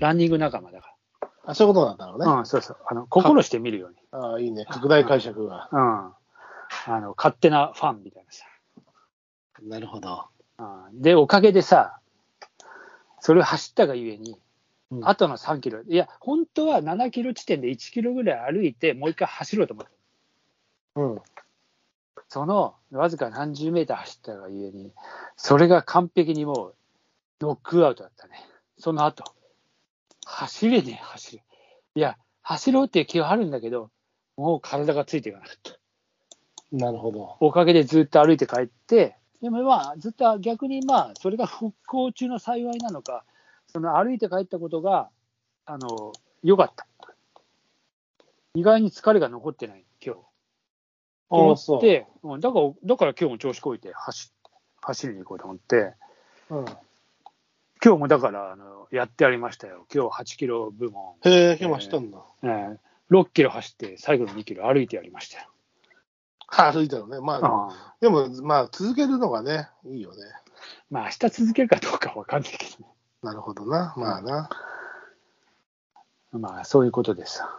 ランニング仲間だかあ、そういうことなんだろうね。ら。うん、そうそう。あの、心して見るように。ああ、いいね。拡大解釈が。うん。あの、勝手なファンみたいなさ。なるほど。うんで、おかげでさ、それを走ったがゆえに、うんあとの3キロ、いや、本当は7キロ地点で1キロぐらい歩いて、もう一回走ろうと思って、うん。そのわずか何十メーター走ったがゆえに、それが完璧にもうノックアウトだったね、その後走れねえ、走れ。いや、走ろうっていう気はあるんだけど、もう体がついていかなかった。なるほど。おかげでずっと歩いて帰って、でもまあ、ずっと逆にまあ、それが復興中の幸いなのか、その歩いて帰ったことが、あの、良かった。意外に疲れが残ってない、今日。と思っ。て、うん、だから、だから今日も調子こいて走、走りに行こうと思って、うん、今日もだから、あの、やってやりましたよ。今日8キロ部門、へえ、今日も走ったんだ。えー6キロ走って、最後の2キロ歩いてやりましたよ。歩いたのね。まあ、うんでも、まあ、続けるのがね、いいよね。まあ、明日続けるかどうかわかんないけどね。なるほどな。まあな。まあ、そういうことですさ。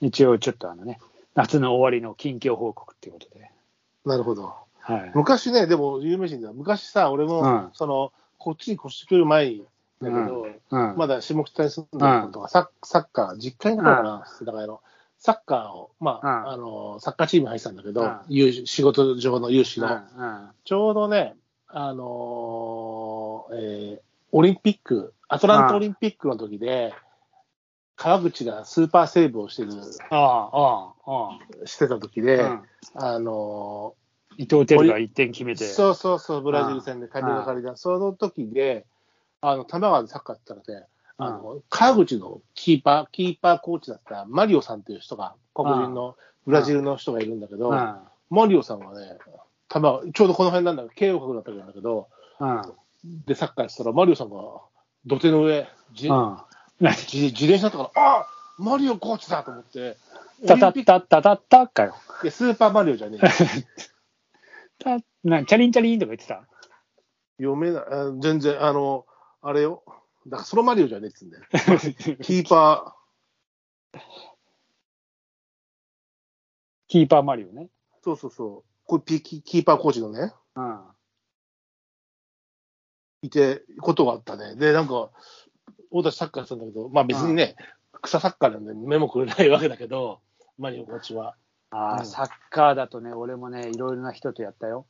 一応、ちょっとあのね、夏の終わりの近況報告っていうことで。なるほど。はい。昔ね、でも、有名人だ。昔さ、俺も、うんその、こっちに越してくる前だけど、うん。まだ下北に住んでることが、サッサッカー、実家にいたのかな、世田谷の。サッカーを、まあ、うんあの、サッカーチームに入ってたんだけど、うん有志仕事上の有志うんの。うんちょうどね、あのーえーオリンピック、アトランタオリンピックの時で、川口がスーパーセーブをしてる、ああ、ああ、あしてた時で、あ。あの伊藤輝が1点決めーて。そうそうそう、ブラジル戦で借りが借りた、その時で、あの、玉川でサッカーやってたらね、あの、川口のキーパー、キーパーコーチだったマリオさんっていう人が、黒人の、ブラジルの人がいるんだけど、うん。マリオさんはね、玉川ちょうどこの辺なんだけど、慶応学だったわけなんだけど、うん。でサッカーやってたら、マリオさんが土手の上、じうん。何自自転車だったから、あマリオコーチだと思って、たたオリンピたッたたたかよ。クいやスーパーマリオじゃねえよたなチャリンチャリンとか言ってた。 読めない、あ全然、あの、あれよ、だからそのマリオじゃねえっつうんだよ。キーパキーパーマリオね。ー、そうそうそう、これピキキーパーコーチのね、うん。いて、ことがあったね。で、なんか、大田サッカーやってたんだけど、まあ別にね、草サッカーなんで目もくれないわけだけど、マリオコーチは。ああ、うんサッカーだとね、俺もね、いろいろな人とやったよ。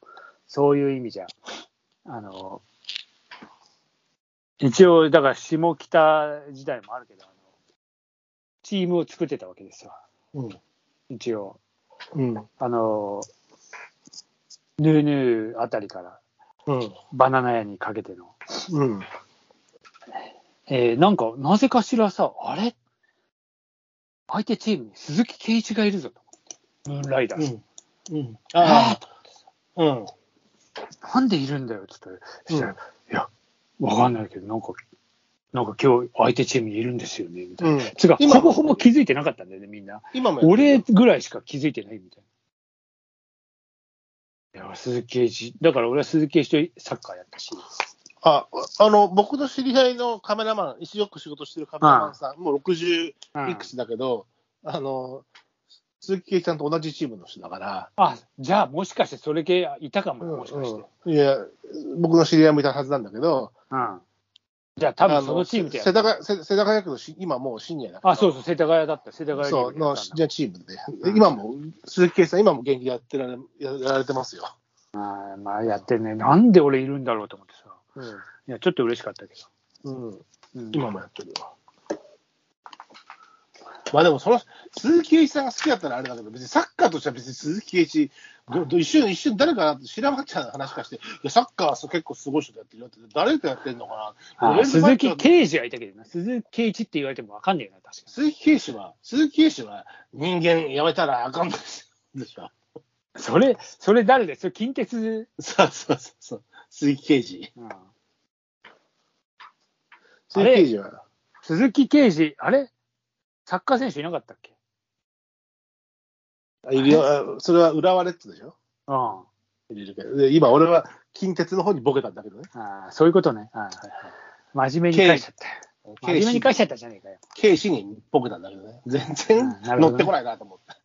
そういう意味じゃ。あの、一応、だから下北時代もあるけど、あのチームを作ってたわけですよ。うん。一応。うん。あの、ヌーヌーあたりからうん。バナナ屋にかけての。うん。えーなんか、なぜかしらさ、あれ相手チームに鈴木圭一がいるぞと思って。ムーンライダーズ。うん。あああ。うん。なんでいるんだよって言ったら、したらうんいや、わかんないけど、なんか、なんか今日相手チームにいるんですよね、みたいな。うんつうか、今ほぼほぼ気づいてなかったんだよね、みんな。今もやってる俺ぐらいしか気づいてないみたいな。いや、鈴木圭一、だから俺は鈴木圭一とサッカーやったし、ああの僕の知り合いのカメラマン、一緒よく仕事してるカメラマンさん、もう60うんいくつだけど、あの鈴木圭一さんと同じチームの人だから、あ、じゃあもしかしてそれ系いたかもよ、もしかして。うんうんいや、僕の知り合いもいたはずなんだけど、じゃあ多分そのチームででや世った田谷世世田谷区のし今もうシニアだからあ、そうそう、世田谷だった、世田谷リーそうグでやのったんだシニアチームで、で今も鈴木圭一さん、今も元気でやってられややられてますよ。あーまあやってんね。なんで俺いるんだろうと思ってさ。いや、ちょっと嬉しかったけど。うんうん今もやってるよ。まあでもその鈴木圭一さんが好きだったらあれだけど、別にサッカーとしては別に鈴木圭一、どど一瞬、一瞬誰かなって知らなかった話かして、いやサッカーは結構すごい人とやってるよって、誰とやってるのかな、あー鈴木圭刑事はいたけどな、鈴木刑一って言われてもわかんねえな、確か鈴木圭一は、鈴木圭一は人間やめたらあかんですでしょ。に。それ、それ誰ですよ、近鉄、そうそうそうそう、鈴木圭一。うん鈴木圭一は、鈴木刑事、あれサッカー選手いなかったっけあいるよあそれは浦和レッズでしょ。うん。あいるけどで今、俺は近鉄の方にボケたんだけどね。ーそういうことね。はいはいはい真面目に返しちゃったよ。ど、真面目に返しちゃったじゃねえかよ。軽視に僕なんだけどね。全然うんなるほどね乗ってこないなと思った。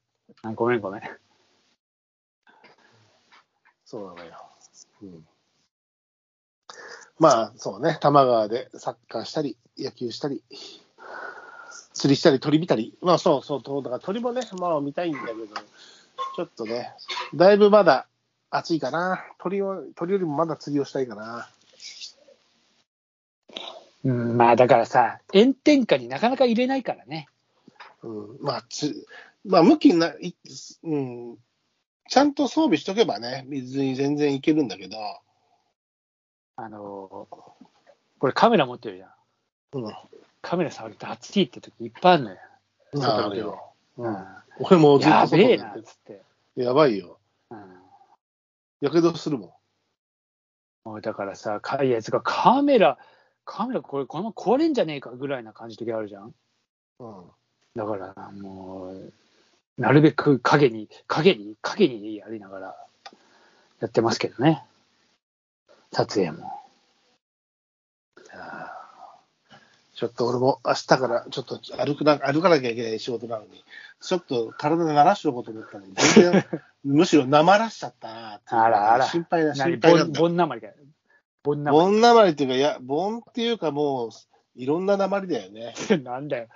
あごめんごめん。そうなのよ。うん。まあ、そうね。多摩川でサッカーしたり、野球したり、釣りしたり、鳥見たり。まあ、そうそう、とだから鳥もね、まあ見たいんだけど、ちょっとね、だいぶまだ暑いかな。鳥を、鳥よりもまだ釣りをしたいかな。うん、まあだからさ、炎天下になかなか入れないからね。うん。まあ、つ、まあ、向きにな、いうん。ちゃんと装備しとけばね、水に全然いけるんだけど、あのーこれカメラ持ってるじゃん。うん。カメラ触ると暑いって時いっぱいあるのよ。あるよ。ううんん。俺もずっとや外べでえやっなてっるつって。やばいよ。うんやけどするもん。もうだからさ、かいやつがカメラ、カメラこれ、このまま壊れんじゃねえかぐらいな感じの時あるじゃん。うんだからもう、なるべく影に、影に、影にやりながらやってますけどね。撮影も。ちょっと俺も明日からちょっと歩くな歩かなきゃいけない仕事なのに、ちょっと体で慣らしておこうと思ったのに、全然 むしろなまらしちゃったなっていうあらあら心配だ、何心ボ配だっン、た。ボンなまりかよ。ボンなまボンなまりっていうか、いや、ボンっていうかもう、いろんななまりだよね。りってなんだよ。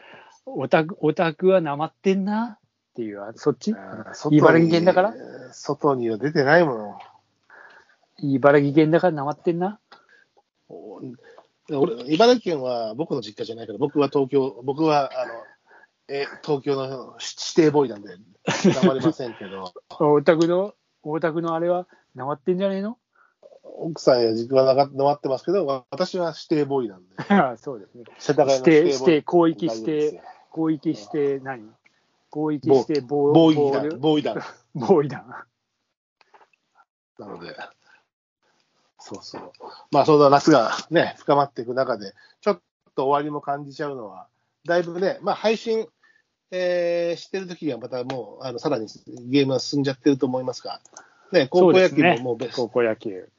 オタク、オタクはなまってんなっていう、あそっち外に茨城県だから外には出てないもの。茨城県だからなまってんな。お俺、茨城県は僕の実家じゃないけど、僕は東京、僕は、あの、え、東京の指定ボーイなんで、黙れませんけど、 オタクの、オタクのあれはなまってんじゃねえの 奥さんや実家はなか回ってますけど、わ私は指定ボーイなんで、ああそうですね。世田谷指の定、指定指ボーイ。定、広域指大丈夫です定よ、広域指定何広域ボ指定、ボボボーイ団、ボーイ団。ボーイだ。なので、そうそう。まあ、そんな夏がね、深まっていく中で、ちょっと終わりも感じちゃうのは、だいぶね、まあ、配信、えーしてる時にはまたもう、あの、さらにゲームは進んじゃってると思いますが、ね、高校野球そうでもすねもうベス,、高校野球。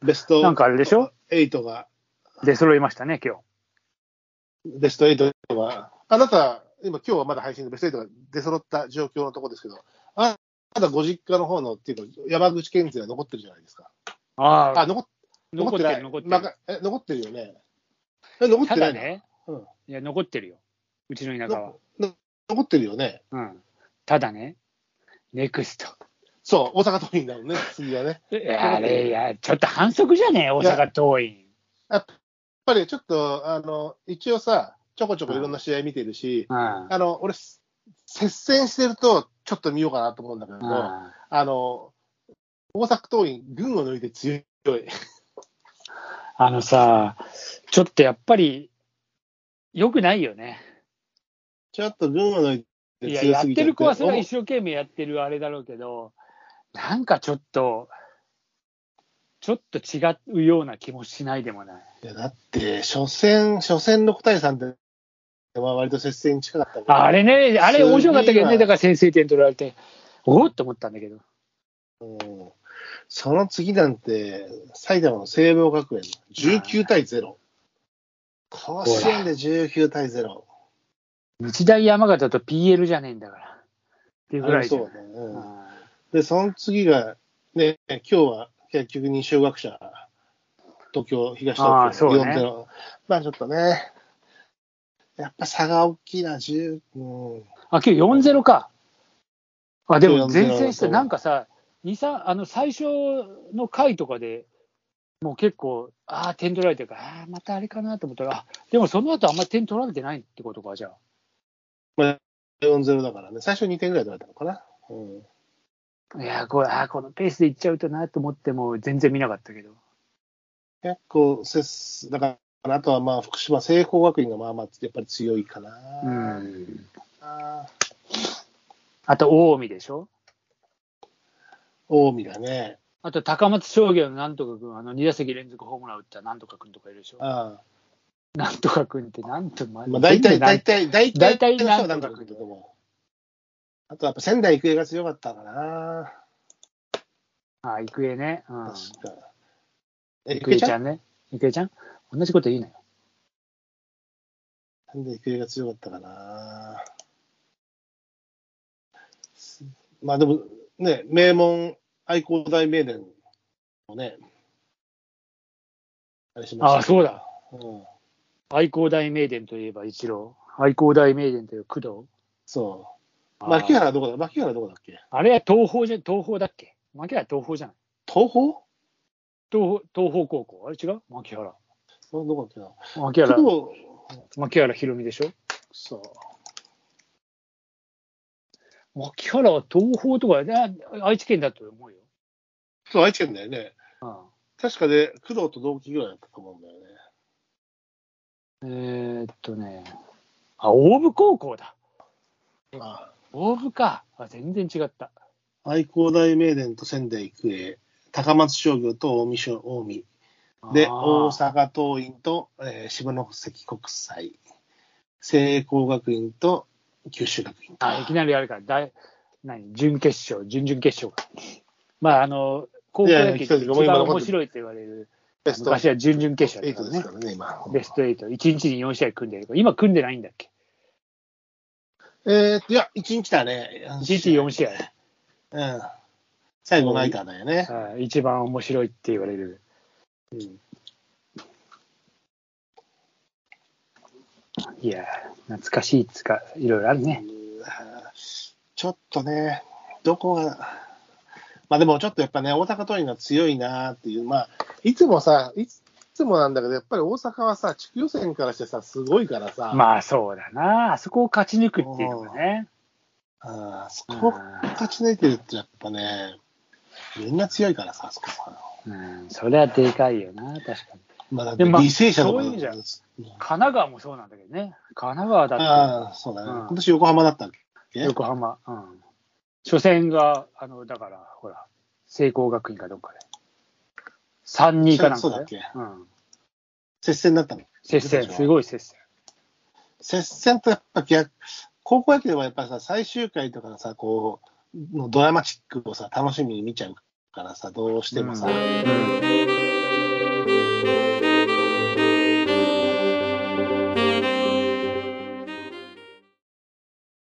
ベストなんかあれでしょ8が、出揃いましたね、今日。ベスト8は、あなた、今、今日はまだ配信でベスト8が出揃った状況のところですけど、あまだご実家の方のっていうか、山口県勢は残ってるじゃないですか。ああ、残っ残ってる、残ってまる。かえ残ってるよね。え残ってたなだいの、ねうん、いや、残ってるよ。うちの田舎は。の残ってるよね。うん。ただね、ネクスト。そう、大阪桐蔭だもん ね、次はね。いやあれ、いや、ちょっと反則じゃねえ、大阪桐蔭。やっぱりちょっと、あの、一応さ、ちょこちょこいろんな試合見てるし、うん。あの、俺、接戦してると、ちょっと見ようかなと思うんだけど、あうんの、大阪桐蔭、群を抜いて強い。あのさ、ちょっとやっぱり、良くないよね。ちょっと群を抜いてい強や、すぎちゃやっっててる子はそれは一生懸命やってるあれだろうけど、なんかちょっと、ちょっと違うような気もしないでもない。いやだって、初戦、初戦6対3って、まあ割と接戦に近かったけどあれね、あれ面白かったけど次はね、だから先制点取られて、おおっと思ったんだけど。うんその次なんて、埼玉の聖望学園、19対0。甲子園で19対0。日大山形と PL じゃねえんだから。っていうぐあられいじゃそんうだね、ううんんで、その次が、ね、今日は結局二小学者、東京、東あー東そ京、うね4対0。まあちょっとね、やっぱ差が大きいな、10、うん、あ、今日4-0か。あ、でも4-0前線しそうて、なんかさ、2、3、あの、最初の回とかでもう結構、ああ、点取られてるから、ああー、またあれかなと思ったら、あでもその後あんまり点取られてないってことか、じゃあ。 4-0だからね、最初2点ぐらい取られたのかな。うんいやーこれあーこのペースでいっちゃうとなと思っても、全然見なかったけど。結構せっす、だから、あとはまあ、福島、聖光学院がまあまあ、やっぱり強いかな。うん。あーあと、近江でしょ近江だね。あと、高松商業のなんとか君、あの、2打席連続ホームラン打ったなんとか君とかいるでしょ。あなんとか君って、なんと、まあまあ、大体、大体、大体、大体の人はなんとなかんとか来ると思うあとやっぱ仙台育英が強かったかな。あー、育英ね。うん。確か。え、ゆく育英えちちゃんゃんね。ゆくえちゃん同じこと言うなよ。なんで育英が強かったかな。まあでも、ね、名門、愛工大名電もね、あれしまあしたあ、そうだ。うん、愛工大名電といえば一郎。愛工大名電という工藤。そう。あ牧原どこだ牧原どこだっけあれは東方じゃ、東方だっけ牧原東方じゃない東宝東方東方高校。あれ違う牧原。どこだっけな牧原、工藤牧原ひろみでしょそう。牧原は東方とか、ね、愛知県だと思うよ。そう、愛知県だよね。うん確かで、工藤と同期ぐらいだったと思うんだよね。えー、っとね、あ、大部高校だ。あ大部か。あ、全然違った。あ愛工大名電と仙台育英、高松商業と近江商近江、で、あー大阪桐蔭と、えー、下関国際、聖光学院と九州学院と。あ、いきなりあれか。大、何準決勝、準々決勝か。まあ、あの、高校野球で一番面白いと言われる、ベスト昔は準々決勝8だからですねか。らね、今。ベスト8。1日に4試合組んでるけど。今組んでないんだっけえー、いや、1日だね。 ?1 日4試合。うん。最後ナイターだよね。はい一番面白いって言われる。うんいやー、懐かしいっつうか、いろいろあるね。ちょっとね、どこが、まあでもちょっとやっぱね、大阪桐蔭が強いなっていう、まあ、いつもさ、いつもなんだけど、やっぱり大阪はさ、地区予選からしてさ、すごいからさ、まあそうだな。あそこを勝ち抜くっていうのがね。あー、そこうん勝ち抜いてるってやっぱね、みんな強いからさ、あそこは。うん、それはでかいよな、確かに。まあ、だっでて履もまあ正社とそかういう意味じゃうん神奈川もそうなんだけどね。神奈川だっああ、そうだね。うん今年横浜だったっけて、横浜。うん。初戦が、あの、だから、ほら、聖光学院かどっかで。3-2かなんかそうでだっけうん。接戦だったの。接戦、すごい接戦。接戦とやっぱ逆、高校野球ではやっぱさ、最終回とかさ、こう、のドラマチックをさ、楽しみに見ちゃうからさ、どうしてもさ、うん